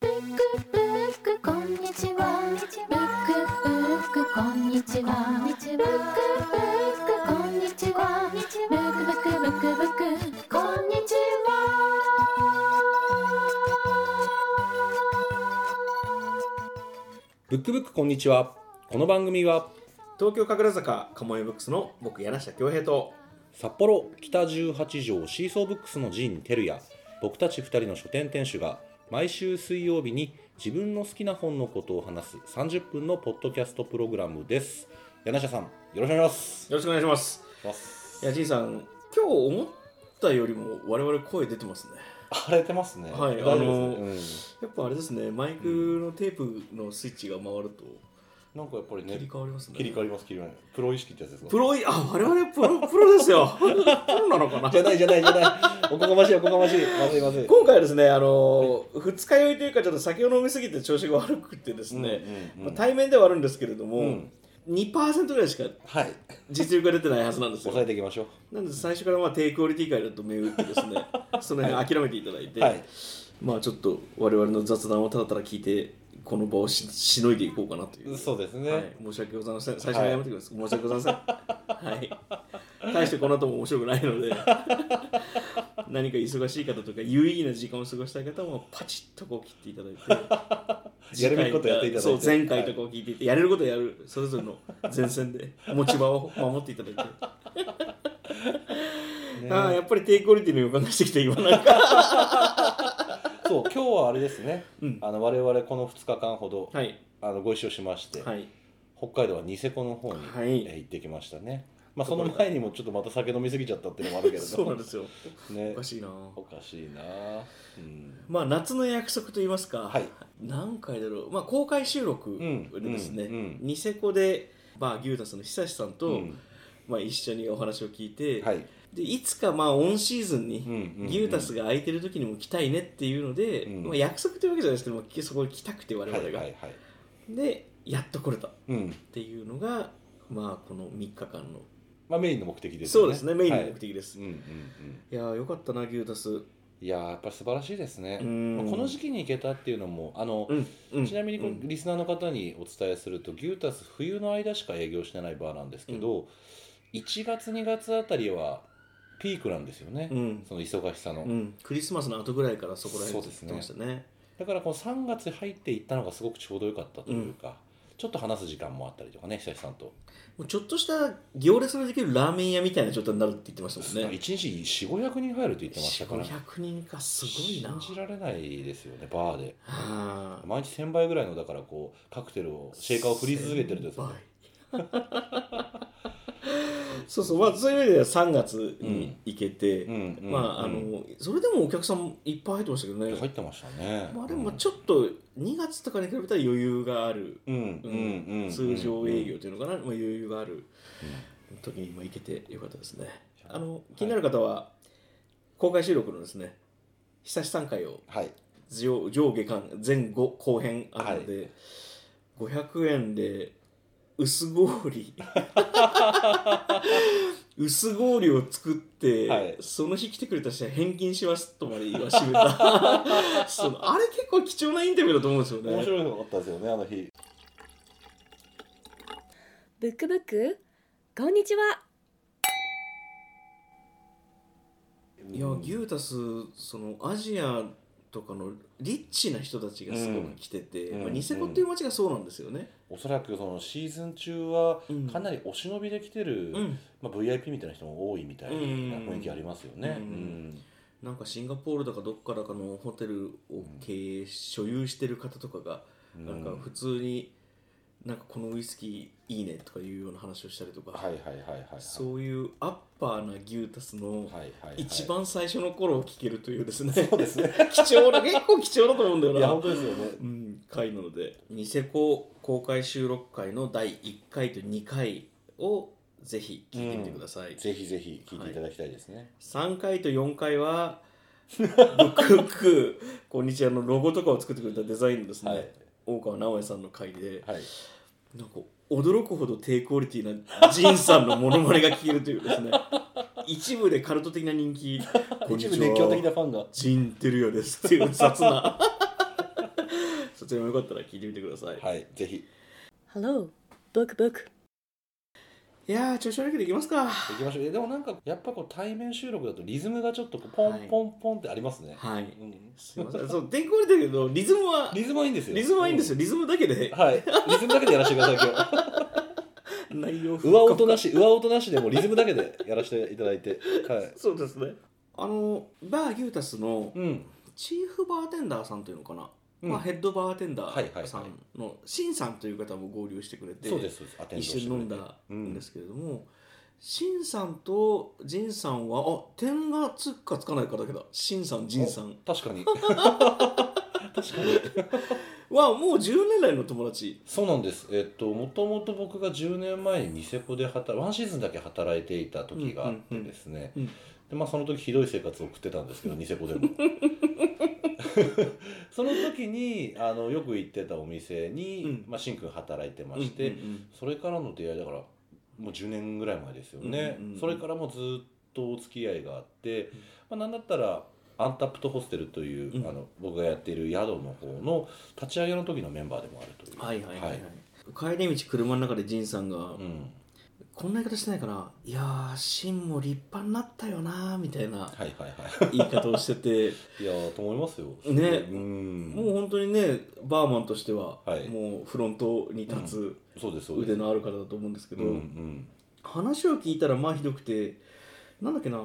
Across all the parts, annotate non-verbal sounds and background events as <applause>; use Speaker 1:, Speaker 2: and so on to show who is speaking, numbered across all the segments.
Speaker 1: ブックブックこんにちはブックブックこんにちはブックブックこんにちはブックブックブックブックこんにちは
Speaker 2: ブックブックこんにちは。この番組は
Speaker 3: 東京神楽坂カモエブックスの僕柳下恭平と
Speaker 2: 札幌北18条シーソーブックスのジン・テルや僕たち2人の書店店主が毎週水曜日に自分の好きな本のことを話す30分のポッドキャストプログラムです。柳下さん、よろしくお願いします。
Speaker 3: よろしくお願いしますいやじいさん今日思ったよりも我々声出てますね
Speaker 2: 荒れてますね
Speaker 3: はい
Speaker 2: 大丈夫です
Speaker 3: あのやっぱあれですねマイクのテープのスイッチが回ると
Speaker 2: うん、なんかやっぱり
Speaker 3: 切り
Speaker 2: ね、
Speaker 3: 替わりますね
Speaker 2: 切り替わります、切り替わります。プロ意識ってやつです
Speaker 3: プ
Speaker 2: か
Speaker 3: ロいあ我々プロプロですよ <laughs> プロなのかな
Speaker 2: じゃないじゃないじゃない。おこがましい、おこがましい。まずいまずい。
Speaker 3: 今回はですねあの二日酔いというかちょっと酒を飲みすぎて調子が悪くてですね、
Speaker 2: うんうん
Speaker 3: まあ、対面ではあるんですけれども、
Speaker 2: うん
Speaker 3: 2%ぐらいしか
Speaker 2: はい。
Speaker 3: 実力が出てないはずなんですよ
Speaker 2: 抑えていきましょ。
Speaker 3: なんで最初からまあ低クオリティ界だと銘打ってですねその辺諦めていただいうて、
Speaker 2: はい。
Speaker 3: まあちょっと我々の雑談をただただ聞いてこの場をししのいでいこうかなという
Speaker 2: そうですね。
Speaker 3: はい、申し訳ございません最初に謝ってきます、申し訳ございませんはい大してこの後も面白くないので何か忙しい方とか有意義な時間を過ごしたい方もパチッとこう切っていただいて
Speaker 2: やるべきことやっていただいて
Speaker 3: そう前回とこう聞いていて、やれることやるそれぞれの前線で持ち場を守っていただいて
Speaker 2: ね
Speaker 3: ああやっぱり低クオリティの予感がしてきて今なんか
Speaker 2: そう今日はあれですね、
Speaker 3: うん
Speaker 2: あの我々この2日間ほど、
Speaker 3: はい
Speaker 2: あのご一緒しまして、
Speaker 3: はい
Speaker 2: 北海道はニセコの方に、
Speaker 3: はい
Speaker 2: えー行ってきましたね、まあ、その前にもちょっとまた酒飲みすぎちゃったっていうのもあるけれど
Speaker 3: <laughs> そうなんですよ
Speaker 2: ね
Speaker 3: おかしいな
Speaker 2: おかしいな、うん、
Speaker 3: まあ夏の約束と言いますか、
Speaker 2: はい
Speaker 3: 何回だろう、まあ、公開収録でですね、
Speaker 2: うんうんうん
Speaker 3: ニセコで、まあ、牛タスの久志さんと、
Speaker 2: うん
Speaker 3: まあ、一緒にお話を聞いて、、
Speaker 2: はいい、
Speaker 3: でいつかまあオンシーズン
Speaker 2: うん
Speaker 3: に
Speaker 2: うんうん
Speaker 3: 牛タスが空いてる時にも来たいねっていうので、
Speaker 2: うん
Speaker 3: まあ、約束というわけじゃないですけど、まあ、そこに来たくて我
Speaker 2: はい
Speaker 3: 々
Speaker 2: は
Speaker 3: が、
Speaker 2: いはい
Speaker 3: でやっと来れたっ
Speaker 2: うん
Speaker 3: ていうのが、まあ、この3日間の
Speaker 2: まあ、メインの目的ですよ
Speaker 3: そうですねメインの目
Speaker 2: はい
Speaker 3: 的です、
Speaker 2: うんうんうん、
Speaker 3: いやーよかったな牛タスう
Speaker 2: いやーやっぱり素晴らしいですね、
Speaker 3: うん
Speaker 2: まあこの時期に行けたっていうのもあの、
Speaker 3: ん、うん、
Speaker 2: ちなみにこ
Speaker 3: う
Speaker 2: の
Speaker 3: ん
Speaker 2: リスナーの方にお伝えすると、牛タス冬の間しか営業してないバーなんですけど、1月2月あたりはピークなんですよね、
Speaker 3: うん
Speaker 2: その忙しさの、
Speaker 3: うん、クリスマスの後ぐらいからそこら辺
Speaker 2: そうですね
Speaker 3: 行ってましたね
Speaker 2: だからこの3月入っていったのがすごくちょうどよかったというか、ちょっと話す時間もあったりとかね久志さんと、
Speaker 3: もうちょっとした行列のできるラーメン屋みたいな状態になるって言ってましたも
Speaker 2: 1
Speaker 3: んね
Speaker 2: 日4500人入ると言ってましたから
Speaker 3: 400人かすごいな
Speaker 2: 信じられないですよねバーで
Speaker 3: はあ
Speaker 2: 毎日1000杯ぐらいのだからこうカクテルをシェイカーを振り続けてるんですよね
Speaker 3: 先輩そうそうまあそういう意味では3月に行けて、
Speaker 2: うんうんうん
Speaker 3: まああのそれでもお客さんいっぱい入ってましたけどね、
Speaker 2: 入ってましたね
Speaker 3: まあでもちょっと2月とかに比べたら余裕がある
Speaker 2: うんうんうんうん
Speaker 3: 通常営業というのかな、まあ、余裕がある時に今行けてよかったですね。あの気になる方は、公開収録のですね久し3回を
Speaker 2: はい
Speaker 3: 上上下間前後後編あるので、500円で薄氷薄氷を作って、
Speaker 2: はい
Speaker 3: その日来てくれた人は返金しますとまで言わし
Speaker 2: <laughs>
Speaker 3: めたそのあれ結構貴重なインタビューだと思うんですよね。
Speaker 2: 面白かったですよねあの日
Speaker 4: ブックブックこんにちは
Speaker 3: いや牛タスそのアジアとかのリッチな人たちがすごく来てて、
Speaker 2: うん
Speaker 3: ま
Speaker 2: う
Speaker 3: あ、
Speaker 2: ん
Speaker 3: ニセコっていう街がそうなんですよね。
Speaker 2: おそらくそのシーズン中は
Speaker 3: うん
Speaker 2: かなりお忍びで来てる、
Speaker 3: うん、
Speaker 2: まあ、VIP みたいな人も多いみたいな
Speaker 3: うん
Speaker 2: 雰囲気ありますよね、
Speaker 3: う
Speaker 2: うんん
Speaker 3: なんかシンガポールだかどっかだかのホテルを経営、所有してる方とかが
Speaker 2: うん
Speaker 3: なんか普通になんかこのウイスキーいいねとかいうような話をしたりとか、
Speaker 2: はいはいはいはいはい
Speaker 3: そういうアッパーな牛タス
Speaker 2: はい
Speaker 3: の
Speaker 2: はいはい
Speaker 3: 一番最初の頃を聞けるというですね
Speaker 2: そうですね
Speaker 3: <laughs> 貴重な結構貴重だと思うんだよ
Speaker 2: い
Speaker 3: な
Speaker 2: や本当ですよね
Speaker 3: うん、回なのでニセコ公開収録回の第1回と2回をぜひ聞いてみてください、
Speaker 2: ぜひぜひ聞いていただきたいですね、
Speaker 3: 3回と4回はブックブックこんにちはのロゴとかを作ってくれたデザインのですね、
Speaker 2: はい
Speaker 3: 大川直哉さんの回で、
Speaker 2: はい
Speaker 3: なんか驚くほど低クオリティなジンさんのモノマネが聞けるという <laughs> ですね一部でカルト的な人気こんに
Speaker 2: 一
Speaker 3: ち
Speaker 2: 部
Speaker 3: は
Speaker 2: 熱狂的なファンが
Speaker 3: <laughs> ジンテルヤですっていう雑なちらもよかったら聞いてみてください、い、
Speaker 2: はい、ぜひ
Speaker 4: Hello, book book.
Speaker 3: やー調子悪いけどいきますか
Speaker 2: 行きましょうえでもなんかやっぱこう対面収録だとリズムがちょっとこうポンポンポンってありますね、
Speaker 3: はい
Speaker 2: うん
Speaker 3: すいませんそうてんこ盛りだけどリズムは
Speaker 2: リズムはいいんですよ
Speaker 3: リズムはいいんです
Speaker 2: よ、
Speaker 3: よリズムだけで
Speaker 2: うんはいリズムだけでやらせてください今
Speaker 3: <laughs>
Speaker 2: 日
Speaker 3: 内容
Speaker 2: 上音なし上音なしでもうリズムだけでやらせていただいてはい
Speaker 3: そうですねあのバーギュータスの
Speaker 2: うん
Speaker 3: チーフバーテンダーさんというのかな、
Speaker 2: うん
Speaker 3: まあ、ヘッドバーテンダ
Speaker 2: はいはいは
Speaker 3: ー
Speaker 2: い
Speaker 3: さんのシンさんという方も合流してくれて
Speaker 2: そうですそうですアテンドして
Speaker 3: 一緒
Speaker 2: く
Speaker 3: に
Speaker 2: れて
Speaker 3: 飲んだんですけれども、シンさんとジンさんはあ点がつくかつかないかだけだシンさんジンさん
Speaker 2: お確か
Speaker 3: <laughs>
Speaker 2: に確かに
Speaker 3: はもう10年来の友達
Speaker 2: そうなんですえっともともと僕が10年前にニセコで働ワンシーズンだけ働いていた時があってですね、
Speaker 3: うんうんうん
Speaker 2: でまあ、その時ひどい生活を送ってたんですけどニセコで
Speaker 3: <laughs>
Speaker 2: もその時にあのよく行ってたお店に、
Speaker 3: うん
Speaker 2: まあ、しんくん働いてまして、
Speaker 3: うんうん
Speaker 2: それからの出会いだからもう10年ぐらい前ですよね、
Speaker 3: うんうんうん
Speaker 2: それからもうずっとお付き合いがあって、まあ、なんだったらアンタップトホステルという、
Speaker 3: うん
Speaker 2: あの僕がやっている宿の方の立ち上げの時のメンバーでもあるという
Speaker 3: うんはいはいはい、は
Speaker 2: はいい、
Speaker 3: 帰り道車の中でジンさんが、
Speaker 2: うん、
Speaker 3: こんな言い方してないかないやーシンも立派になったよなーみたいな
Speaker 2: はいはい
Speaker 3: <laughs>
Speaker 2: は
Speaker 3: 言い方をしてて
Speaker 2: いいやーと思いますよ
Speaker 3: ね
Speaker 2: <laughs> うん
Speaker 3: もう本当にねバーマンとしては、
Speaker 2: はい
Speaker 3: もうフロントに立
Speaker 2: そうです
Speaker 3: つ
Speaker 2: そうです
Speaker 3: 腕のある方だと思うんですけど、
Speaker 2: うんうん
Speaker 3: 話を聞いたらまあひどくてなんだっけな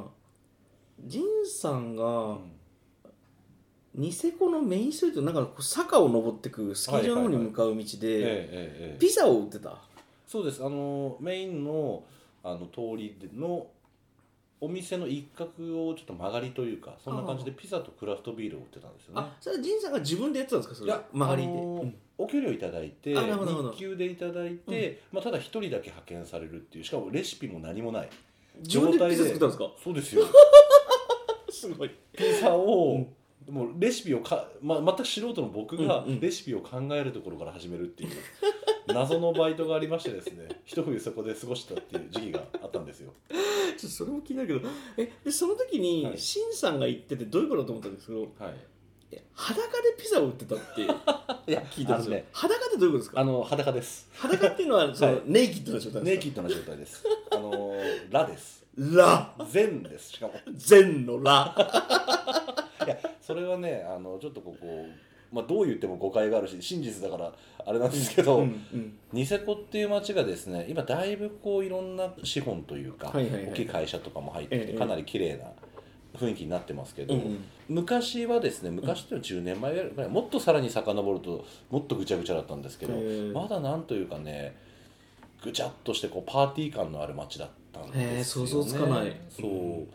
Speaker 3: ジンさんがニセコのメインストリートなんかこう坂を登ってくスキー場の方に向かう道
Speaker 2: ええ
Speaker 3: で
Speaker 2: ええええ
Speaker 3: ピザを売ってた
Speaker 2: そうですあのメインのあの通りのお店の一角をちょっと曲がりというかそんな感じでピザとクラフトビールを売ってたんですよね
Speaker 3: あそれはジンさんが自分でやってたんですかそ
Speaker 2: い
Speaker 3: れ
Speaker 2: や
Speaker 3: 曲がりで、
Speaker 2: あのー
Speaker 3: うん
Speaker 2: お給料いただいて
Speaker 3: あなるほどなるほど
Speaker 2: 日給でいただいて、まあ、ただ一人だけ派遣されるっていうしかもレシピも何もない
Speaker 3: 自分でピザ作ったんですか
Speaker 2: そうです
Speaker 3: <laughs>
Speaker 2: よ
Speaker 3: すごい
Speaker 2: ピザを、もうレシピをか、まあ、全く素人の僕が
Speaker 3: うんうん
Speaker 2: レシピを考えるところから始めるっていう謎のバイトがありましてですね一冬そこで過ごしたっていう時期があったんですよ
Speaker 3: ちょっとそれも気になるけどえでその時に
Speaker 2: はい
Speaker 3: シンさんが言っててどういうことだと思ったんですけど
Speaker 2: はい
Speaker 3: え裸でピザを売ってたって
Speaker 2: <laughs> いや
Speaker 3: 聞いたんですよ、
Speaker 2: あのね
Speaker 3: 裸ってどういうことですか
Speaker 2: あの裸です
Speaker 3: 裸っていうのはその、
Speaker 2: はい
Speaker 3: ネイキッドな状態
Speaker 2: ネ
Speaker 3: で
Speaker 2: イ
Speaker 3: す
Speaker 2: キッ
Speaker 3: か
Speaker 2: ドな状態ですあのーラです
Speaker 3: ラ
Speaker 2: 善ですしかも
Speaker 3: 善のラ
Speaker 2: いやそれはねあのちょっとここまあどう言っても誤解があるし真実だからあれなんですけど、
Speaker 3: うんうん
Speaker 2: ニセコっていう街がですね今だいぶこういろんな資本というか、
Speaker 3: はいはいはい
Speaker 2: 大きい会社とかも入ってき
Speaker 3: え
Speaker 2: て
Speaker 3: え
Speaker 2: かなり綺麗な雰囲気になってますけ
Speaker 3: う
Speaker 2: ど、
Speaker 3: んうん
Speaker 2: 昔はですね昔っていうのは10年前ぐらいかなもっとさらに遡るともっとぐちゃぐちゃだったんですけど、
Speaker 3: へえ
Speaker 2: まだなんというかねぐちゃっとしてこうパーティー感のある街だったん
Speaker 3: へえ
Speaker 2: ですよ、
Speaker 3: 想
Speaker 2: ね、
Speaker 3: 像つかない
Speaker 2: そう、
Speaker 3: うん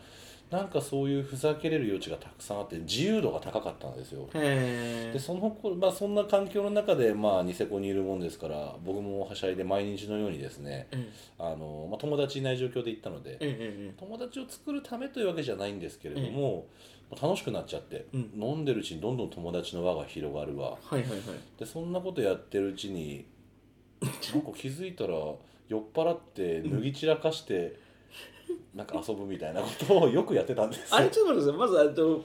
Speaker 2: なんかそういうふざけれる余地がたくさんあって自由度が高かったんですよ
Speaker 3: へ
Speaker 2: でその頃、まあ、そんな環境の中で、まあ、ニセコにいるもんですから僕もはしゃいで毎日のようにですね
Speaker 3: え
Speaker 2: あの、まあ、友達いない状況で行ったので、
Speaker 3: え
Speaker 2: 友達を作るためというわけじゃないんですけれども、まあ楽しくなっちゃって、
Speaker 3: うん
Speaker 2: 飲んでるうちにどんどん友達の輪が広がるわ
Speaker 3: はいはいはい
Speaker 2: でそんなことやってるうちになんか気づいたら酔っ払って脱ぎ散らかして、なんか遊ぶみたいなことをよくやってたんですよ
Speaker 3: あれちょっと待ってくださいまずあと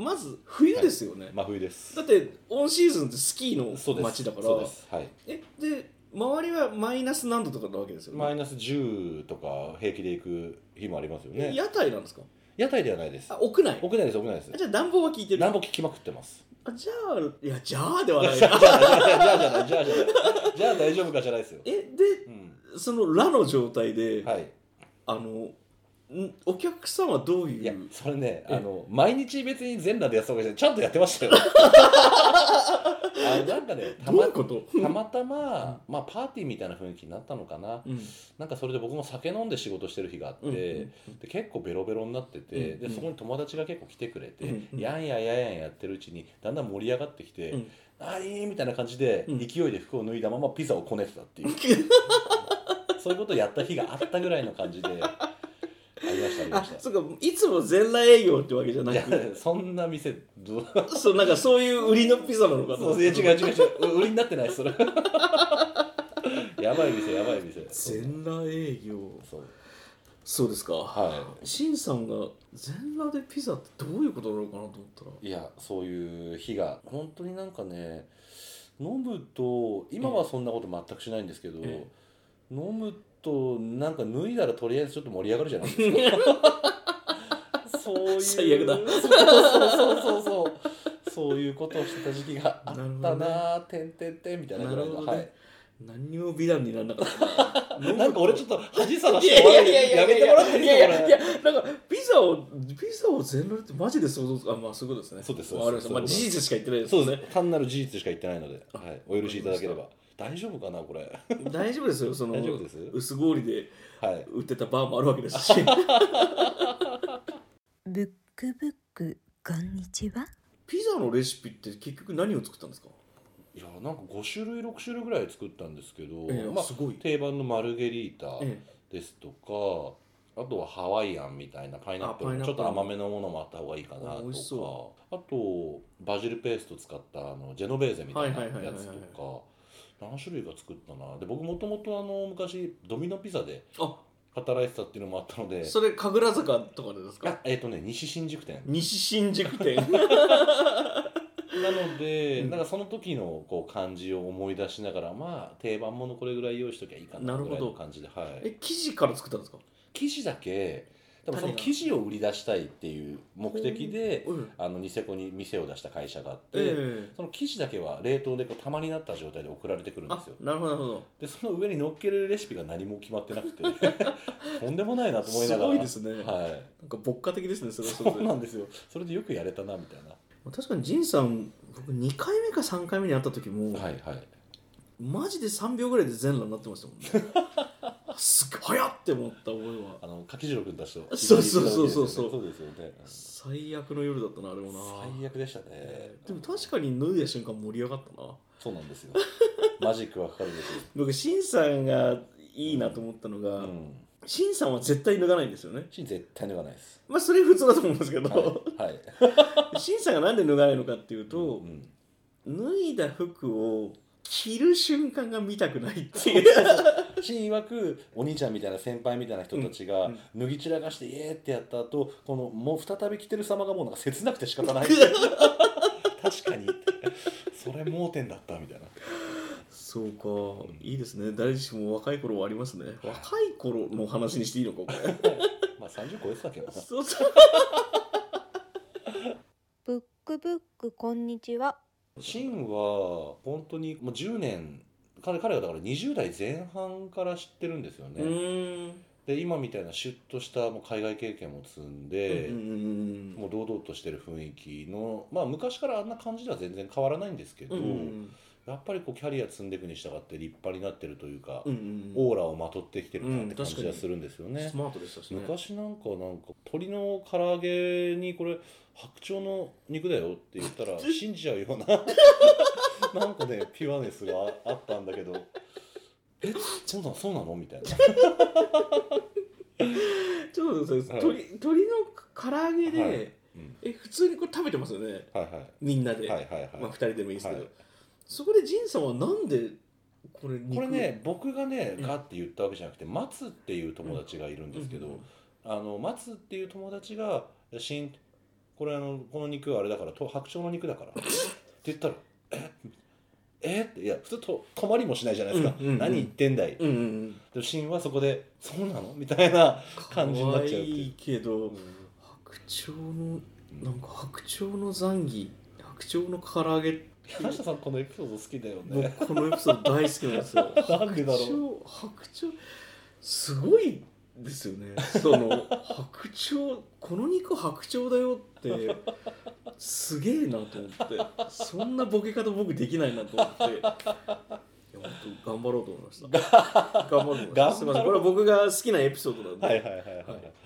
Speaker 3: まず冬ですよね、
Speaker 2: 真冬です
Speaker 3: だってオンシーズンってスキー
Speaker 2: そうで
Speaker 3: の
Speaker 2: す
Speaker 3: 街だから
Speaker 2: そうですはい
Speaker 3: えで周りはマイナス何度とかなわけですよね、
Speaker 2: マイナス10とか平気で行く日もありますよね
Speaker 3: 屋台なんですか
Speaker 2: 屋台ではないです
Speaker 3: あ屋内
Speaker 2: 屋内です屋内です
Speaker 3: あじゃあ暖房は効いてる
Speaker 2: 暖房聞きまくってます
Speaker 3: あじゃあいやじゃあではない
Speaker 2: じゃ
Speaker 3: な
Speaker 2: <laughs> あじゃあじゃあじゃあじゃあじゃあじゃあ大丈夫かじゃないですよ、
Speaker 3: えで
Speaker 2: うん、
Speaker 3: そのラの状態で、
Speaker 2: はい
Speaker 3: あのんお客さんはどういう
Speaker 2: いやそれね
Speaker 3: え
Speaker 2: あの毎日別に全裸でやってたわけじゃないちゃんとやってました
Speaker 3: <laughs>
Speaker 2: よあのなんかねた
Speaker 3: どう
Speaker 2: ま
Speaker 3: いうこと、
Speaker 2: たまたま、まあ、パーティーみたいな雰囲気になったのかな
Speaker 3: うん
Speaker 2: なんかそれで僕も酒飲んで仕事してる日があって、
Speaker 3: うん
Speaker 2: で結構ベロベロになってて、
Speaker 3: うんうん
Speaker 2: でそこに友達が結構来てくれて、
Speaker 3: うんうん
Speaker 2: やんやんやんやんやってるうちにだんだん盛り上がってきて「
Speaker 3: うん
Speaker 2: あいい!」みたいな感じで、
Speaker 3: うん
Speaker 2: 勢いで服を脱いだままピザをこねてたっていうそういうことをやった日があったぐらいの感じでありましたありま
Speaker 3: <laughs> あ
Speaker 2: した。
Speaker 3: そうかいつも全裸営業ってわけじゃない
Speaker 2: や <laughs>
Speaker 3: く
Speaker 2: そんな店 <laughs> どう
Speaker 3: <laughs> そうなんかそういう売りのピザなのかな
Speaker 2: そういや違う違う違うう売りになってないそれやばい店やばい店
Speaker 3: 全裸営業
Speaker 2: そう
Speaker 3: そうですか
Speaker 2: は
Speaker 3: シンさんが全裸でピザってどういうことなのかなと思ったら
Speaker 2: いいやそういう日が本当になんかね飲むと今はそんなこと全くしないんですけど、
Speaker 3: え
Speaker 2: 飲むとなんか脱いだらとりあえずちょっと盛り上がるじゃないです <laughs> かそういう
Speaker 3: 最悪だ
Speaker 2: そうそうそうそうそうそういうことをしてた時期があったな
Speaker 3: なる
Speaker 2: ぁてんてんてんみたいなぐらいの、
Speaker 3: なるほ
Speaker 2: は
Speaker 3: どね
Speaker 2: い
Speaker 3: 何にも美談にならなかったな
Speaker 2: なんか俺ちょっと恥さら
Speaker 3: い
Speaker 2: して
Speaker 3: やい
Speaker 2: 終わ
Speaker 3: や
Speaker 2: る
Speaker 3: いやいや
Speaker 2: やめてもらっていい
Speaker 3: い
Speaker 2: です
Speaker 3: や
Speaker 2: か
Speaker 3: い
Speaker 2: こ
Speaker 3: や
Speaker 2: れ
Speaker 3: いやなんかピザをピザを全裸ってマジで想像つかあまあそういうことですね
Speaker 2: そうです
Speaker 3: わかりました
Speaker 2: そう
Speaker 3: まあ
Speaker 2: です
Speaker 3: 事実しか言ってないです
Speaker 2: そうです
Speaker 3: ね
Speaker 2: ね単なる事実しか言ってないので、はい、お許しいただければ
Speaker 3: わ
Speaker 2: 大丈夫かなこれ
Speaker 3: <laughs> 大丈夫ですよその
Speaker 2: 大丈夫です
Speaker 3: 薄氷で
Speaker 2: はい
Speaker 3: 売ってたバーもあるわけです <laughs> し
Speaker 4: ブックブックこんにちは
Speaker 3: ピザのレシピって結局何を作ったんですか
Speaker 2: いやなんか5種類6種類ぐらい作ったんですけど、
Speaker 3: ええ
Speaker 2: まあ
Speaker 3: すごい
Speaker 2: 定番のマルゲリータ
Speaker 3: え
Speaker 2: ですとか、あとはハワイアンみたいなパイナップル
Speaker 3: あパイナ
Speaker 2: の
Speaker 3: ッ
Speaker 2: ち
Speaker 3: プ
Speaker 2: ょっ
Speaker 3: ル
Speaker 2: と甘めのものもあった方がいいかな
Speaker 3: あ美味し
Speaker 2: と
Speaker 3: そ
Speaker 2: かあとバジルペースト使ったあのジェノベーゼみたいな
Speaker 3: はいはいはいはい
Speaker 2: や
Speaker 3: はい
Speaker 2: つとか何種類か作ったなで僕もともとあの昔ドミノピザで
Speaker 3: えあ
Speaker 2: 働いてたっていうのもあったので
Speaker 3: それ神楽坂とかでですか
Speaker 2: あえっ、とね西新宿店
Speaker 3: 西新宿 <laughs> 店
Speaker 2: なので、
Speaker 3: うん
Speaker 2: なんかその時のこう感じを思い出しながらまあ定番ものこれぐらい用意しときゃいいかな
Speaker 3: なる
Speaker 2: ぐ
Speaker 3: ほ
Speaker 2: ら
Speaker 3: ど
Speaker 2: いの感じではい
Speaker 3: え生地から作ったんですか
Speaker 2: 生地だけ多分その
Speaker 3: 種が
Speaker 2: 生地を売り出したいっていう目的で
Speaker 3: うん
Speaker 2: あのニセコに店を出した会社があって、
Speaker 3: ええ
Speaker 2: その生地だけは冷凍でこう玉になった状態で送られてくるんで
Speaker 3: あ
Speaker 2: すよ
Speaker 3: なるほどなるほど
Speaker 2: でその上に乗っけるレシピが何も決まってなく <laughs> てとんでもないなと思いな
Speaker 3: す
Speaker 2: がら
Speaker 3: ごいですね、
Speaker 2: はい
Speaker 3: なんか牧歌的ですねそれはそれ <laughs>
Speaker 2: そうなんですよそれでよくやれたなみたいな
Speaker 3: 確かに仁さん僕2回目か3回目に会った時も、
Speaker 2: はいはい
Speaker 3: マジで3秒ぐらいで全裸になってましたもんねすごい早っって思った覚えは
Speaker 2: あの柿次郎君たちと
Speaker 3: そうそうそうそうそう
Speaker 2: そうですよね
Speaker 3: 最悪の夜だったなあれもな
Speaker 2: 最悪でしたね
Speaker 3: でも確かに脱いだ瞬間盛り上がったな
Speaker 2: そうなんですよマジックはかかるんですよ、
Speaker 3: 僕ンさんがいいなと思ったの
Speaker 2: う
Speaker 3: が
Speaker 2: ん、
Speaker 3: シンさんは絶対脱がないんですよね
Speaker 2: シーン絶対脱がないです
Speaker 3: まあそれ普通だと思うんですけ
Speaker 2: はい
Speaker 3: ど、
Speaker 2: はい
Speaker 3: <laughs> シンさんがなんで脱がないのかっていうと、
Speaker 2: うん
Speaker 3: 脱いだ服を着る瞬間が見たくないっていう
Speaker 2: シーン曰くお兄ちゃんみたいな先輩みたいな人たちが
Speaker 3: うんうん
Speaker 2: 脱ぎ散らかしてイエーってやった後このもう再び着てる様がもうなんか切なくて仕方
Speaker 3: <laughs>
Speaker 2: ない <laughs> 確かにそれ盲点だったみたいな
Speaker 3: そうか、いいですね誰しも若い頃はありますね若い頃の話にしていいのかこれ
Speaker 2: まあ30超えてたけどな
Speaker 3: そう <laughs> そう
Speaker 5: ブックブックこんにちは
Speaker 2: シンは本当にもう10年彼彼がだから20代前半から知ってるんですよね、
Speaker 3: うーん
Speaker 2: で今みたいなシュッとしたもう海外経験も積んで、
Speaker 3: うんうん
Speaker 2: もう堂々としてる雰囲気のまあ昔からあんな感じでは全然変わらないんですけど、
Speaker 3: うんうん
Speaker 2: やっぱりこうキャリア積んでいくに従って立派になってるというか、
Speaker 3: うんうん
Speaker 2: オーラをまとってきてるなって感
Speaker 3: うん
Speaker 2: じ
Speaker 3: 確か
Speaker 2: が
Speaker 3: に
Speaker 2: するんですよね
Speaker 3: ス。マートでしたしね
Speaker 2: 昔なんかなんか鶏の唐揚げにこれ白鳥の肉だよって言った
Speaker 3: <laughs>
Speaker 2: ら信じちゃうような <laughs> なんかねピュアネスがあったんだけどえそうなのそうなのみたいな
Speaker 3: ちょっと待ってください
Speaker 2: はい
Speaker 3: 鳥鳥の唐揚げで、
Speaker 2: はいうん
Speaker 3: え普通にこれ食べてますよね
Speaker 2: はいはい
Speaker 3: みんなで、
Speaker 2: はいはいはい、
Speaker 3: まあ2人でもいいですけど、
Speaker 2: はい
Speaker 3: そこで仁さんはなんでこれ肉
Speaker 2: これね僕がね
Speaker 3: うん
Speaker 2: ガって言ったわけじゃなくて松っていう友達がいるんですけど、
Speaker 3: うんうん
Speaker 2: あの松っていう友達が「しんこれあのこの肉はあれだからと白鳥の肉だから」って言ったら「ええっていや普通と止まりもしないじゃないですか、
Speaker 3: うんうんうん
Speaker 2: 何言ってんだい、
Speaker 3: うんうん
Speaker 2: でシンはそこで「そうなの?」みたいな感じになっちゃうっていう
Speaker 3: 可愛いけど
Speaker 2: う
Speaker 3: 白鳥の
Speaker 2: ん
Speaker 3: なんか白鳥の残儀白鳥の唐揚げって
Speaker 2: 山下さんこのエピソード好きだよね
Speaker 3: 僕このエピソード大好きなんですよ
Speaker 2: なんでだろう
Speaker 3: 白鳥白鳥すごいですよねその白鳥この肉白鳥だよってすげえなと思ってそんなボケ方僕できないなと思っていや本当頑張ろうと思いました頑張ろうと思いましたすいませんこれは僕が好きなエピソードなんで、
Speaker 2: はいはいはいは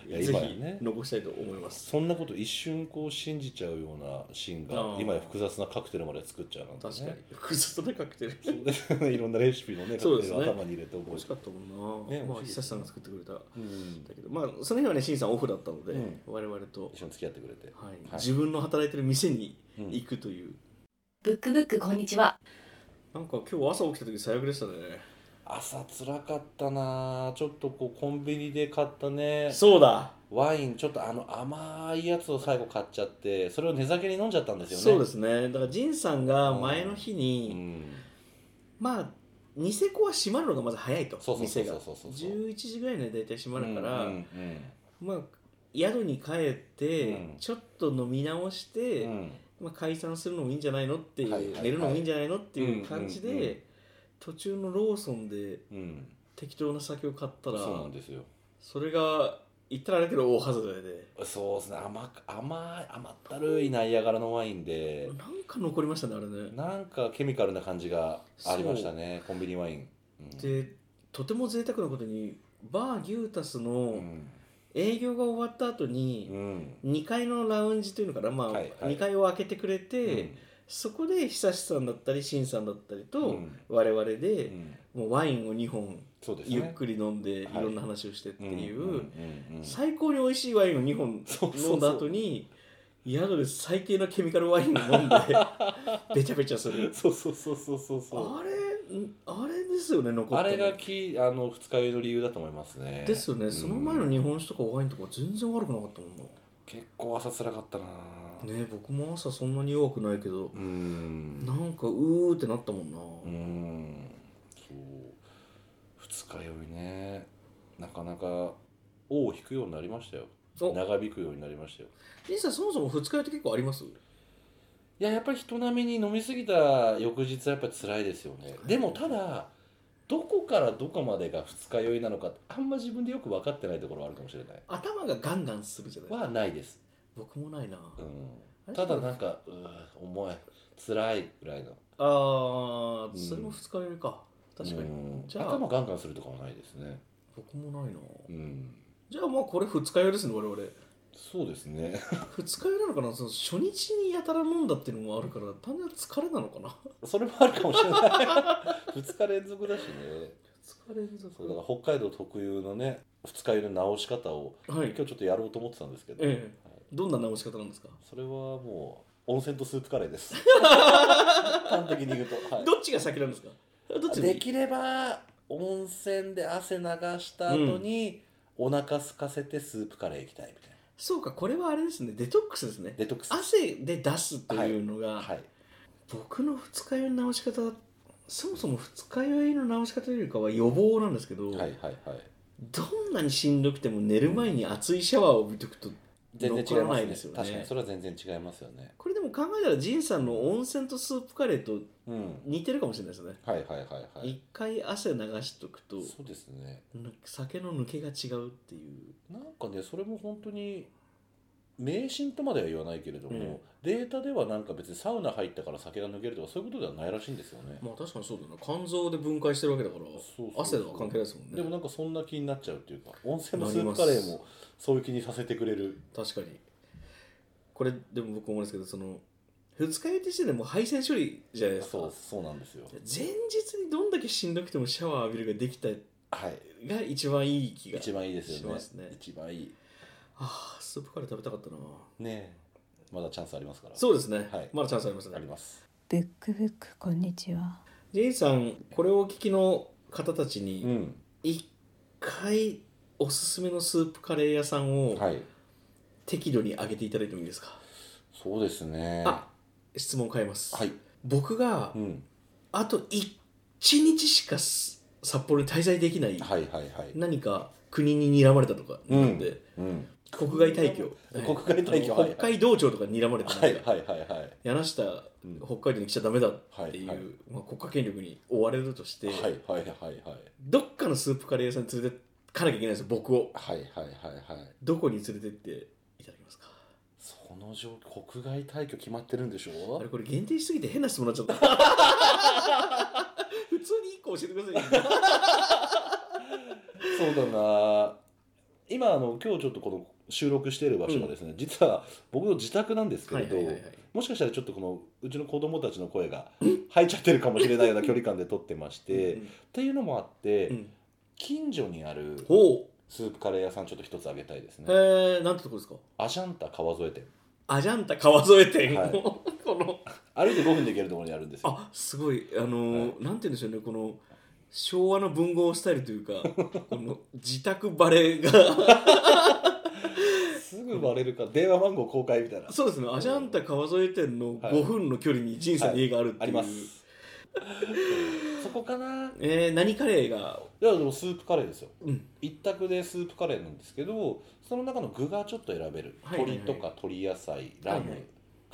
Speaker 2: い,、いや、
Speaker 3: ぜ
Speaker 2: 今や
Speaker 3: ひ
Speaker 2: ね
Speaker 3: 残したいと思います
Speaker 2: そんなこと一瞬こう信じちゃうようなシーン
Speaker 3: あ
Speaker 2: が
Speaker 3: ー
Speaker 2: 今や複雑なカクテルまで作っちゃうなんて、ね、
Speaker 3: 確かに複雑なカクテル
Speaker 2: そうですねい <laughs> ろんなレシピのね、カ
Speaker 3: そう
Speaker 2: ク
Speaker 3: で
Speaker 2: テ
Speaker 3: す
Speaker 2: ル
Speaker 3: ね
Speaker 2: を頭に入れて覚
Speaker 3: 美
Speaker 2: え
Speaker 3: 味
Speaker 2: て
Speaker 3: し。かったもんな、
Speaker 2: ね
Speaker 3: まあ
Speaker 2: 美味しいですね
Speaker 3: 久志さんが作ってくれただ
Speaker 2: うん
Speaker 3: けどまあその日はねしんさんオフだったので、
Speaker 2: うん
Speaker 3: 我々と、
Speaker 2: 一緒に付き合ってくれて。
Speaker 3: はい
Speaker 2: はい
Speaker 3: 自分の働いてる店に
Speaker 2: うん
Speaker 3: 行くという、
Speaker 1: ブックブックこんにちは
Speaker 3: なんか今日朝起きた時最悪でしたね
Speaker 2: 朝つらかったなちょっとこうコンビニで買ったね
Speaker 3: そうだ
Speaker 2: ワインちょっとあの甘いやつを最後買っちゃってそれを寝酒に飲んじゃったんですよね、
Speaker 3: そうですすねだから仁さんが前の日に、
Speaker 2: うん、
Speaker 3: まあニセコは閉まるのがまず早いと
Speaker 2: そうそうそう
Speaker 3: 店が
Speaker 2: そうそうそう
Speaker 3: 11時ぐらいには大体閉まるから、
Speaker 2: うんうん
Speaker 3: まあ宿に帰って、
Speaker 2: うん
Speaker 3: ちょっと飲み直して、
Speaker 2: うんうん
Speaker 3: まあ、解散するのもいいんじゃないのっていう、
Speaker 2: はいはいはい
Speaker 3: 寝るのもいいんじゃないのっていう感じで、
Speaker 2: うんうんうん
Speaker 3: 途中のローソンで
Speaker 2: うん
Speaker 3: 適当な酒を買ったら
Speaker 2: そうな
Speaker 3: そ
Speaker 2: んですよ
Speaker 3: れが言ったらあれだけど大外れで
Speaker 2: そうですね甘く甘い甘ったるいナイアガラのワインで
Speaker 3: なんか残りましたねあれね
Speaker 2: なんかケミカルな感じがありましたねコンビニワイン、うん、
Speaker 3: でとても贅沢なことにバーギュータス
Speaker 2: う
Speaker 3: の
Speaker 2: ん、
Speaker 3: 営業が終わった後に、
Speaker 2: うん
Speaker 3: 2階のラウンジというのかな、まあ
Speaker 2: はいはい
Speaker 3: 2階を開けてくれて、そこで久志さんだったり新さんだったりと、
Speaker 2: うん
Speaker 3: 我々
Speaker 2: う
Speaker 3: で、
Speaker 2: ん
Speaker 3: もうワインを2本
Speaker 2: そうですね
Speaker 3: ゆっくり飲んで、
Speaker 2: はい
Speaker 3: いろんな話をしてっていう、
Speaker 2: んんうん
Speaker 3: 最高に美味しいワインを2本
Speaker 2: そうそうそう
Speaker 3: 飲んだ後に宿で最低なケミカルワインを飲
Speaker 2: <laughs>
Speaker 3: んでべちゃべちゃす <laughs> る
Speaker 2: そうそうそうそうそうそう
Speaker 3: あれんあれですよね残ったの
Speaker 2: あれがきあの二日酔いの理由だと思いますね
Speaker 3: ですよね、その前
Speaker 2: う
Speaker 3: の
Speaker 2: ん
Speaker 3: 日本酒とかワインとか全然悪くなかったもんな
Speaker 2: 結構朝辛かったな
Speaker 3: ね僕も朝そんなに弱くないけど
Speaker 2: う、ん
Speaker 3: なんかうーってなったもんな、
Speaker 2: うんそう二日酔いねなかなか尾を引くようになりましたよ
Speaker 3: お
Speaker 2: 長引くようになりましたよ
Speaker 3: 実際そもそも二日酔いって結構あります
Speaker 2: いややっぱり人並みに飲み過ぎた翌日はやっぱり辛いですよね
Speaker 3: はい
Speaker 2: でもただどこからどこまでが二日酔いなのかってあんま自分でよく分かってないところはあるかもしれない
Speaker 3: 頭がガンガンするじゃない
Speaker 2: はないです、
Speaker 3: 僕もないな、
Speaker 2: う
Speaker 3: あ
Speaker 2: ん、
Speaker 3: れ
Speaker 2: ただなんかうー重い辛いぐらいの
Speaker 3: あ
Speaker 2: うん
Speaker 3: ーそれも二日酔いか確か
Speaker 2: う
Speaker 3: に、
Speaker 2: ん
Speaker 3: じゃあ
Speaker 2: 頭ガンガンするとかはないですね
Speaker 3: 僕もないな、
Speaker 2: うん
Speaker 3: じゃあまあこれ二日酔いですね我々
Speaker 2: そうですね
Speaker 3: 二日酔いなのかなその初日にやたら飲んだっていうのもあるから単純な疲れなのかな
Speaker 2: それもあるかもしれない <laughs> 2日連続だしね
Speaker 3: 二日連続
Speaker 2: そうだから北海道特有のね二日酔いの直し方を
Speaker 3: は
Speaker 2: 今
Speaker 3: い
Speaker 2: 日ちょっとやろうと思ってたんですけど、
Speaker 3: え
Speaker 2: はい
Speaker 3: どんな直し方なんですか
Speaker 2: それはもう温泉とスープカレーです
Speaker 3: <laughs>
Speaker 2: 端的に言うと、はい
Speaker 3: どっちが先なんですかどっち
Speaker 2: できれば温泉で汗流した後に、お腹空かせてスープカレー行きたいみたい
Speaker 3: そうかこれはあれですねデトックスですね
Speaker 2: なデトックス
Speaker 3: 汗で出すというのが、
Speaker 2: はい
Speaker 3: 僕の二日酔いの直し方そもそも二日酔いの直し方よりかは予防なんですけど、
Speaker 2: はいはいはい
Speaker 3: どんなにしんどくても寝る前に熱いシャワーを浴びとくと
Speaker 2: 全然違い
Speaker 3: 残ら
Speaker 2: ま
Speaker 3: な
Speaker 2: す
Speaker 3: い
Speaker 2: ね
Speaker 3: ですよね
Speaker 2: 確かにそれは全然違いますよね
Speaker 3: これでも考えたら仁さんの温泉とスープカレーと
Speaker 2: うん
Speaker 3: 似てるかもしれないですね
Speaker 2: はいはいはいはい
Speaker 3: 一回汗流しとくと
Speaker 2: そうですね
Speaker 3: ぬ酒の抜けが違うっていう
Speaker 2: なんかねそれも本当に迷信とまでは言わないけれども、
Speaker 3: うん
Speaker 2: データではなんか別にサウナ入ったから酒が抜けるとかそういうことではないらしいんですよね、
Speaker 3: まあ確かにそうだな肝臓で分解してるわけだから
Speaker 2: そうそうそう
Speaker 3: 汗は関係ないですもんね
Speaker 2: でもなんかそんな気になっちゃうっていうか温泉のスープカレーもそういう気にさせてくれる
Speaker 3: 確かにこれでも僕思うんですけどその二日酔いって時点でもう配線処理じゃないですか
Speaker 2: そうそうなんですよ
Speaker 3: 前日にどんだけしんどくてもシャワー浴びるができた
Speaker 2: はい
Speaker 3: が一番いい気が
Speaker 2: 一番いいです
Speaker 3: し
Speaker 2: よね
Speaker 3: ますね
Speaker 2: 一番いい
Speaker 3: ああスープカレー食べたかったな
Speaker 2: ねえまだチャンスありますから
Speaker 3: そうですね、
Speaker 2: はい
Speaker 3: まだチャンスあります
Speaker 2: あり
Speaker 3: ね
Speaker 2: ます
Speaker 4: ブックブックこんにちは
Speaker 3: ジェイさんこれをお聞きの方たち
Speaker 2: う
Speaker 3: に
Speaker 2: ん
Speaker 3: 一回おすすめのスープカレー屋さんを
Speaker 2: はい
Speaker 3: 適度に上げていただいてもいいですか、
Speaker 2: そうですね
Speaker 3: あ質問変えます、
Speaker 2: はい
Speaker 3: 僕が
Speaker 2: うん
Speaker 3: あと1日しかす札幌に滞在できない
Speaker 2: はいはいはい
Speaker 3: 何か国に睨まれたとか
Speaker 2: う
Speaker 3: なん
Speaker 2: ん
Speaker 3: で、
Speaker 2: うん
Speaker 3: 国外退去
Speaker 2: <laughs> 国外退去
Speaker 3: あの
Speaker 2: はい
Speaker 3: 北海道庁とかに睨まれてなんか
Speaker 2: はいはいはいはい
Speaker 3: 柳下
Speaker 2: うん
Speaker 3: 北海道に来ちゃダメだっていう、
Speaker 2: はいはい
Speaker 3: まあ、国家権力に追われるとして、
Speaker 2: はいはいはいはい
Speaker 3: どっかのスープカレー屋さんに連れてかなきゃいけないんですよ僕を
Speaker 2: はいはいはいはい
Speaker 3: どこに連れてっていただけますか
Speaker 2: その状況国外退去決まってるんでしょ
Speaker 3: あれこれ限定しすぎて変な質問になっちゃった <laughs> 普通に1個教えてくださいよ
Speaker 2: そうだな今あの今日ちょっとこの収録している場所がですね、実は僕の自宅なんですけ
Speaker 3: は
Speaker 2: れ
Speaker 3: い
Speaker 2: ど、
Speaker 3: はいはいはい
Speaker 2: もしかしたらちょっとこのうちの子供たちの声が入っちゃってるかもしれないような距離感で撮ってまして、
Speaker 3: うん
Speaker 2: っていうのもあって、
Speaker 3: うん
Speaker 2: 近所にある
Speaker 3: ほ
Speaker 2: スープカレー屋さんちょっと一つあげたいです
Speaker 3: う
Speaker 2: ね、
Speaker 3: えー、なんてとこですか
Speaker 2: アシャンタ川添店
Speaker 3: アジャンタ川添店、
Speaker 2: はい
Speaker 3: この
Speaker 2: 歩いて5分で行けるところにあるんですよ
Speaker 3: あすごいあのー
Speaker 2: は
Speaker 3: なんて言うんでしょうねこの昭和の文豪スタイル
Speaker 2: <laughs>
Speaker 3: というかこの自宅バレが <laughs>
Speaker 2: すぐバレるから電話番号公開みたいな
Speaker 3: そうですねアジャンタ川沿い店の
Speaker 2: はい
Speaker 3: 5分の距離に人生の家があるって
Speaker 2: あ
Speaker 3: い
Speaker 2: り
Speaker 3: う、
Speaker 2: ますそこかない
Speaker 3: えー何カレーが
Speaker 2: やでもスープカレーですよ
Speaker 3: うん
Speaker 2: 一択でスープカレーなんですけどその中の具がちょっと選べる、
Speaker 3: はいはいはい
Speaker 2: 鶏とか鶏野菜ラム、
Speaker 3: はいはい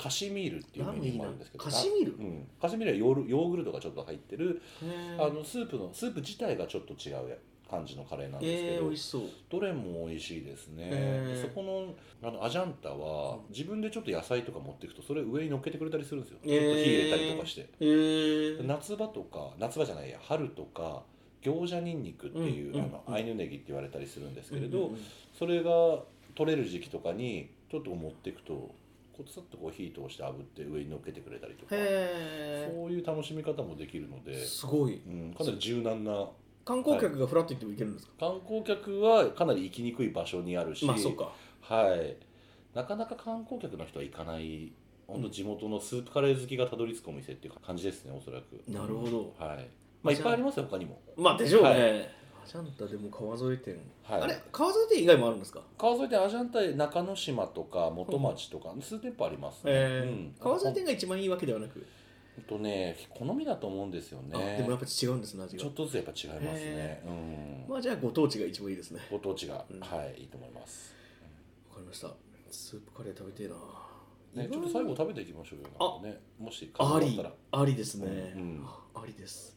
Speaker 2: カシミールっていうメニューもあるんですけど
Speaker 3: ラムいいなカシミール
Speaker 2: うん、カシミールはヨールヨーグルトがちょっと入ってる、
Speaker 3: へ
Speaker 2: あ
Speaker 3: ー
Speaker 2: のスープのスープ自体がちょっと違う感じのカレーなんですけ
Speaker 3: え
Speaker 2: ど、
Speaker 3: ー、美味しそう
Speaker 2: どれも美味しいですね、
Speaker 3: へー
Speaker 2: そこのあのアジャンタは自分でちょっと野菜とか持っていくとそれ上に乗っけてくれたりするんですよ、
Speaker 3: へー
Speaker 2: ちょっと火入れたりとかして
Speaker 3: えー、
Speaker 2: 夏場とか夏場じゃないや春とか餃子ニンニクっていう、
Speaker 3: うん
Speaker 2: あの
Speaker 3: うん
Speaker 2: アイヌネギって言われたりするんですけれ
Speaker 3: う
Speaker 2: ど
Speaker 3: んうん
Speaker 2: それが取れる時期とかにちょっと持っていくとコツッとこう火通して炙って上に乗っけてくれたりとか
Speaker 3: へ
Speaker 2: そういう楽しみ方もできるので
Speaker 3: え、すごい
Speaker 2: うん、かなり柔軟な
Speaker 3: 観光客がフラッと行っても行けるんですか、
Speaker 2: 観光客はかなり行きにくい場所にあるし、
Speaker 3: まあそうか
Speaker 2: はい、なかなか観光客の人は行かない本当地元のスープカレー好きがたどり着くお店っていう感じですねおそらく
Speaker 3: なるほど
Speaker 2: はいまあいっぱいありますよ他にも
Speaker 3: まあでしょうね、
Speaker 2: はい
Speaker 3: アジャンタでも川沿い店、
Speaker 2: はい
Speaker 3: あれ川沿い店以外もあるんですか
Speaker 2: 川沿いでアジャンタイ中之島とか元町とか数店舗ありますね、
Speaker 3: え
Speaker 2: う
Speaker 3: ー
Speaker 2: ん、
Speaker 3: 川沿い
Speaker 2: ほん
Speaker 3: 店が一番いいわけではなく、
Speaker 2: ほんとね好みだと思うんですよ
Speaker 3: あでもや
Speaker 2: ね
Speaker 3: っぱ違うんですね味が
Speaker 2: ちょっとずつやっぱ違いますね、
Speaker 3: へ
Speaker 2: うん
Speaker 3: まあじゃあご当地が一番いいですね
Speaker 2: ご当地が、
Speaker 3: うん
Speaker 2: はいいいと思います、
Speaker 3: わかりましたスープカレー食べてえな、
Speaker 2: ね、ちょっと最後食べていきましょうよなんかねもし可
Speaker 3: あ
Speaker 2: 能だっ
Speaker 3: り
Speaker 2: たら
Speaker 3: ありですね、
Speaker 2: うん
Speaker 3: ありです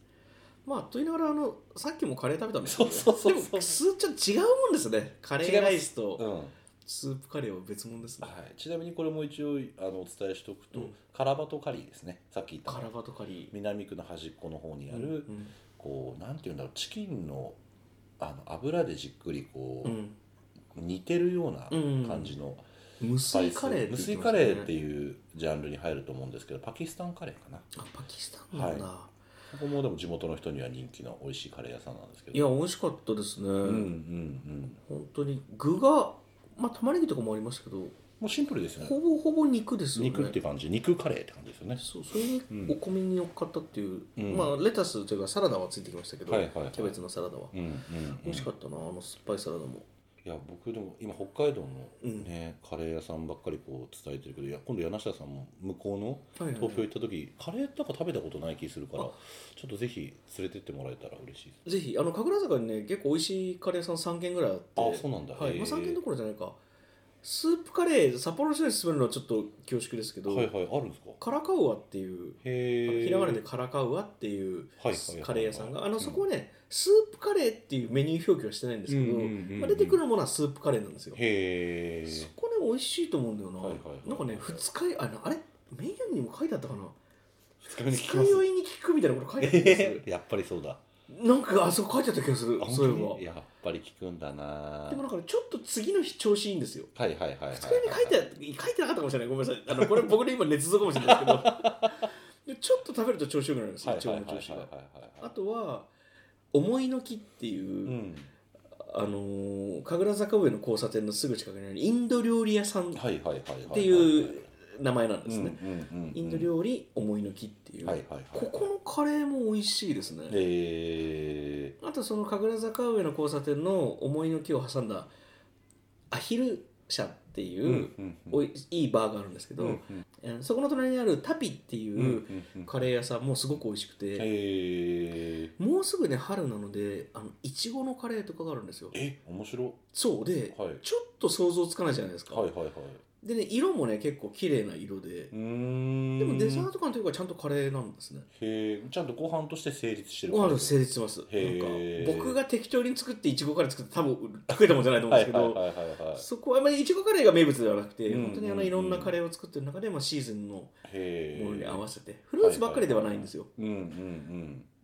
Speaker 3: まあと言いながらあのさっきもカレー食べたんです
Speaker 2: そうそうそうそう
Speaker 3: でもすちょっと違うもんですねカレ
Speaker 2: 違いま
Speaker 3: ー
Speaker 2: す
Speaker 3: ライスと
Speaker 2: うん
Speaker 3: スープカレーは別物ですね
Speaker 2: はい、ちなみにこれも一応あのお伝えしておくと、
Speaker 3: うん
Speaker 2: カラバトカリーですねさっき言った
Speaker 3: カラ
Speaker 2: の
Speaker 3: バトカリー
Speaker 2: 南区の端っこの方にある、
Speaker 3: うん
Speaker 2: こうなんていうんだろうチキンのあの油でじっくりこ
Speaker 3: う
Speaker 2: う、
Speaker 3: ん
Speaker 2: 煮てるような
Speaker 3: うん
Speaker 2: 感じの
Speaker 3: 無
Speaker 2: スパイ
Speaker 3: 水
Speaker 2: ス
Speaker 3: カレー
Speaker 2: 無水カレーって
Speaker 3: う
Speaker 2: いうジャンルに入ると思うんですけどパキスタンカレーかな
Speaker 3: あパキスタンなんだ、
Speaker 2: ここもでも地元の人には人気の美味しいカレー屋さんなんですけど
Speaker 3: い、や美味しかったですね、
Speaker 2: うんうんうん
Speaker 3: 本当に具がまあ玉ねぎとかもありましたけど
Speaker 2: もうシンプルですよね
Speaker 3: ほぼほぼ肉ですよね
Speaker 2: 肉って感じ肉カレーって感じですよね
Speaker 3: そうそれに
Speaker 2: うん
Speaker 3: お米に乗っかったっていう、
Speaker 2: うん
Speaker 3: まあレタスというかサラダはついてきましたけど、
Speaker 2: はいはいはい
Speaker 3: キャベツのサラダは、
Speaker 2: うんうん、う
Speaker 3: 美
Speaker 2: ん
Speaker 3: 味しかったなあの酸っぱいサラダも
Speaker 2: いや僕でも今北海道
Speaker 3: う
Speaker 2: の
Speaker 3: ん
Speaker 2: ね、カレー屋さんばっかりこう伝えてるけどいや今度柳下さんも向こうの
Speaker 3: はいはい
Speaker 2: 東京行った時、カレーなんか食べたことない気するから
Speaker 3: あ
Speaker 2: ちょっとぜひ連れてってもらえたら嬉しいです
Speaker 3: ぜひあの神楽坂にね結構美味しいカレー屋さん3軒ぐらいあって
Speaker 2: あそうなんだ
Speaker 3: はいまあ、
Speaker 2: へえ
Speaker 3: 3軒どころじゃないかスープカレー札幌の人に勧めるのはちょっと恐縮ですけど、
Speaker 2: はいはいあるんですか
Speaker 3: カラカウアっていうあの
Speaker 2: へえ
Speaker 3: ひらがなでカラカウアっていう
Speaker 2: はいはいはい
Speaker 3: カレー屋さんがあ
Speaker 2: う
Speaker 3: の
Speaker 2: ん
Speaker 3: そこはねスープカレーっていうメニュー表記はしてないんですけど、
Speaker 2: うんうんうんうん
Speaker 3: まあ、出てくるものはスープカレーなんですよ
Speaker 2: へえ
Speaker 3: そこね美味しいと思うんだよな、
Speaker 2: はいはいはい
Speaker 3: なんかね二日酔いああれメニューにも書いてあったかな
Speaker 2: 二日目に聞き
Speaker 3: 二
Speaker 2: ま
Speaker 3: 日
Speaker 2: す
Speaker 3: 酔いに効くみたいなこと書いてあった気がす
Speaker 2: <laughs> え
Speaker 3: る
Speaker 2: ーやっぱりそうだ
Speaker 3: なんかあそこ書いてあった気がする
Speaker 2: あ本
Speaker 3: そうい
Speaker 2: 当
Speaker 3: えば
Speaker 2: にやっぱり聞くんだな
Speaker 3: でもなんかねちょっと次の日調子いいんですよ
Speaker 2: はいはいはいはい
Speaker 3: 二日酔いに書いてあった書いてなかったかもしれないごめんなさいあのこれ僕の今捏造かもしれ
Speaker 2: <laughs>
Speaker 3: ないですけどでちょっと食べると調子よくなるんですよ
Speaker 2: はい
Speaker 3: 一
Speaker 2: はい
Speaker 3: 番
Speaker 2: はい
Speaker 3: の
Speaker 2: はいはい
Speaker 3: 調子が
Speaker 2: はい
Speaker 3: あとは思いの木っていう、
Speaker 2: うん
Speaker 3: あのー神楽坂上の交差点のすぐ近くにあるインド料理屋さんっ
Speaker 2: はいはいはいはいはい
Speaker 3: ていう名前なんですね、
Speaker 2: うんうんうんうん
Speaker 3: インド料理思いの木っていう、
Speaker 2: はいはいはい
Speaker 3: ここのカレーも美味しいですね、
Speaker 2: え
Speaker 3: あとその神楽坂上の交差点の思いの木を挟んだアヒル社っていう、
Speaker 2: うん
Speaker 3: おいいいバーがあるんですけど、
Speaker 2: うんうん
Speaker 3: えーそこの隣にあるタピって
Speaker 2: うんう
Speaker 3: いうん
Speaker 2: うん
Speaker 3: カレー屋さんもすごく美味しくて、
Speaker 2: えー
Speaker 3: もうすぐね春なのであのいちごのカレーとかがあるんですよ
Speaker 2: え面白はい
Speaker 3: そうで、
Speaker 2: はい
Speaker 3: ちょっと想像つかないじゃないですか、
Speaker 2: はいはい
Speaker 3: でね色もね結構綺麗な色で
Speaker 2: うーん
Speaker 3: でもデザート感というかちゃんとカレーなんですね
Speaker 2: へえちゃんとご飯として成立してる
Speaker 3: ご飯
Speaker 2: 感
Speaker 3: が
Speaker 2: じ
Speaker 3: 成立してますなん
Speaker 2: へー
Speaker 3: か僕が適当に作っていちごカレー作って多分食えたもんじゃないと思うん
Speaker 2: は
Speaker 3: です
Speaker 2: い
Speaker 3: け
Speaker 2: はい
Speaker 3: ど
Speaker 2: はいはいはい
Speaker 3: そこはあまりいちごカレーが名物ではなくて、
Speaker 2: うん
Speaker 3: 本当にあ
Speaker 2: うん
Speaker 3: のいろんなカレーを作ってる中で、まあ、シーズンのも
Speaker 2: へえ
Speaker 3: のに合わせてフルーツばっかりではないんですよ、
Speaker 2: うんうんう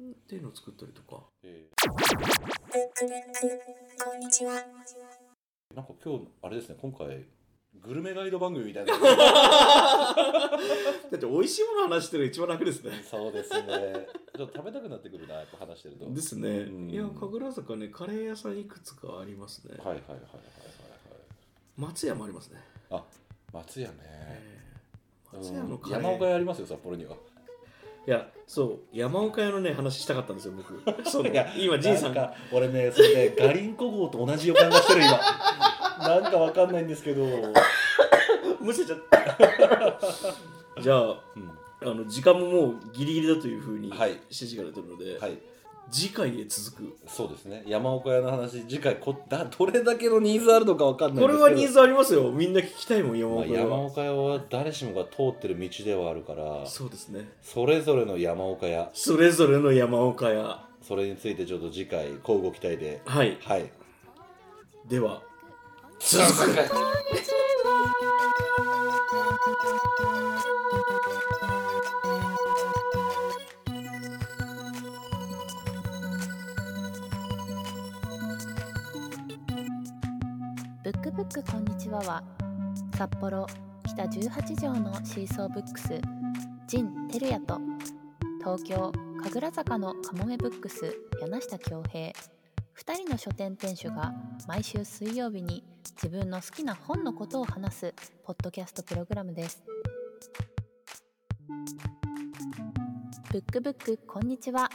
Speaker 2: ん
Speaker 3: っていうのを作ったりとか
Speaker 2: へえなんか今日あれですね今回グルメガイド番組み
Speaker 3: <laughs>
Speaker 2: たいな
Speaker 3: だって美味しいもの話してるのが一番楽ですね
Speaker 2: <laughs> そうですねちょっと食べたくなってくるなやっぱ話してるとはい
Speaker 3: ですね、
Speaker 2: うん
Speaker 3: いや神楽坂ねカレー屋さんいくつかありますね、
Speaker 2: はいはいはいはいはい
Speaker 3: 松屋もありますね、
Speaker 2: はいあ松屋ね
Speaker 3: ええ松屋のカレ
Speaker 2: 山岡
Speaker 3: ー
Speaker 2: 屋ありますよ札幌には
Speaker 3: いやそう山岡屋のね話したかったんですよ
Speaker 2: <laughs>
Speaker 3: 僕その
Speaker 2: いや
Speaker 3: 今じいさん
Speaker 2: な
Speaker 3: が
Speaker 2: か俺ねそれねガリンコ号と同じ予感がしてる今 <laughs> なんかわかんないんですけど、うん、
Speaker 3: むせちゃった <laughs> じゃああの時間ももうギリギリだというふうに
Speaker 2: はい
Speaker 3: 指示が出てるので、
Speaker 2: はい
Speaker 3: 次回へ続く
Speaker 2: そうですね山岡屋の話次回こだどれだけのニーズあるのかわかんないん
Speaker 3: こ
Speaker 2: ですけ
Speaker 3: れ
Speaker 2: ど
Speaker 3: はニーズありますよみんな聞きたいもん山
Speaker 2: まあ
Speaker 3: 岡屋
Speaker 2: 山
Speaker 3: は、
Speaker 2: 岡屋は誰しもが通ってる道ではあるから
Speaker 3: そうですね
Speaker 2: それぞれの山岡屋
Speaker 3: それぞれの山岡屋
Speaker 2: それについてちょっと次回交互期待で
Speaker 3: はい
Speaker 2: はい
Speaker 3: では続く
Speaker 1: ブックブックこんにちはは札幌北18条のシーソーブックス陣てるやと東京神楽坂のかもめブックス柳下恭平2人の書店店主が毎週水曜日に自分の好きな本のことを話すポッドキャストプログラムです。ブックブックこんにちは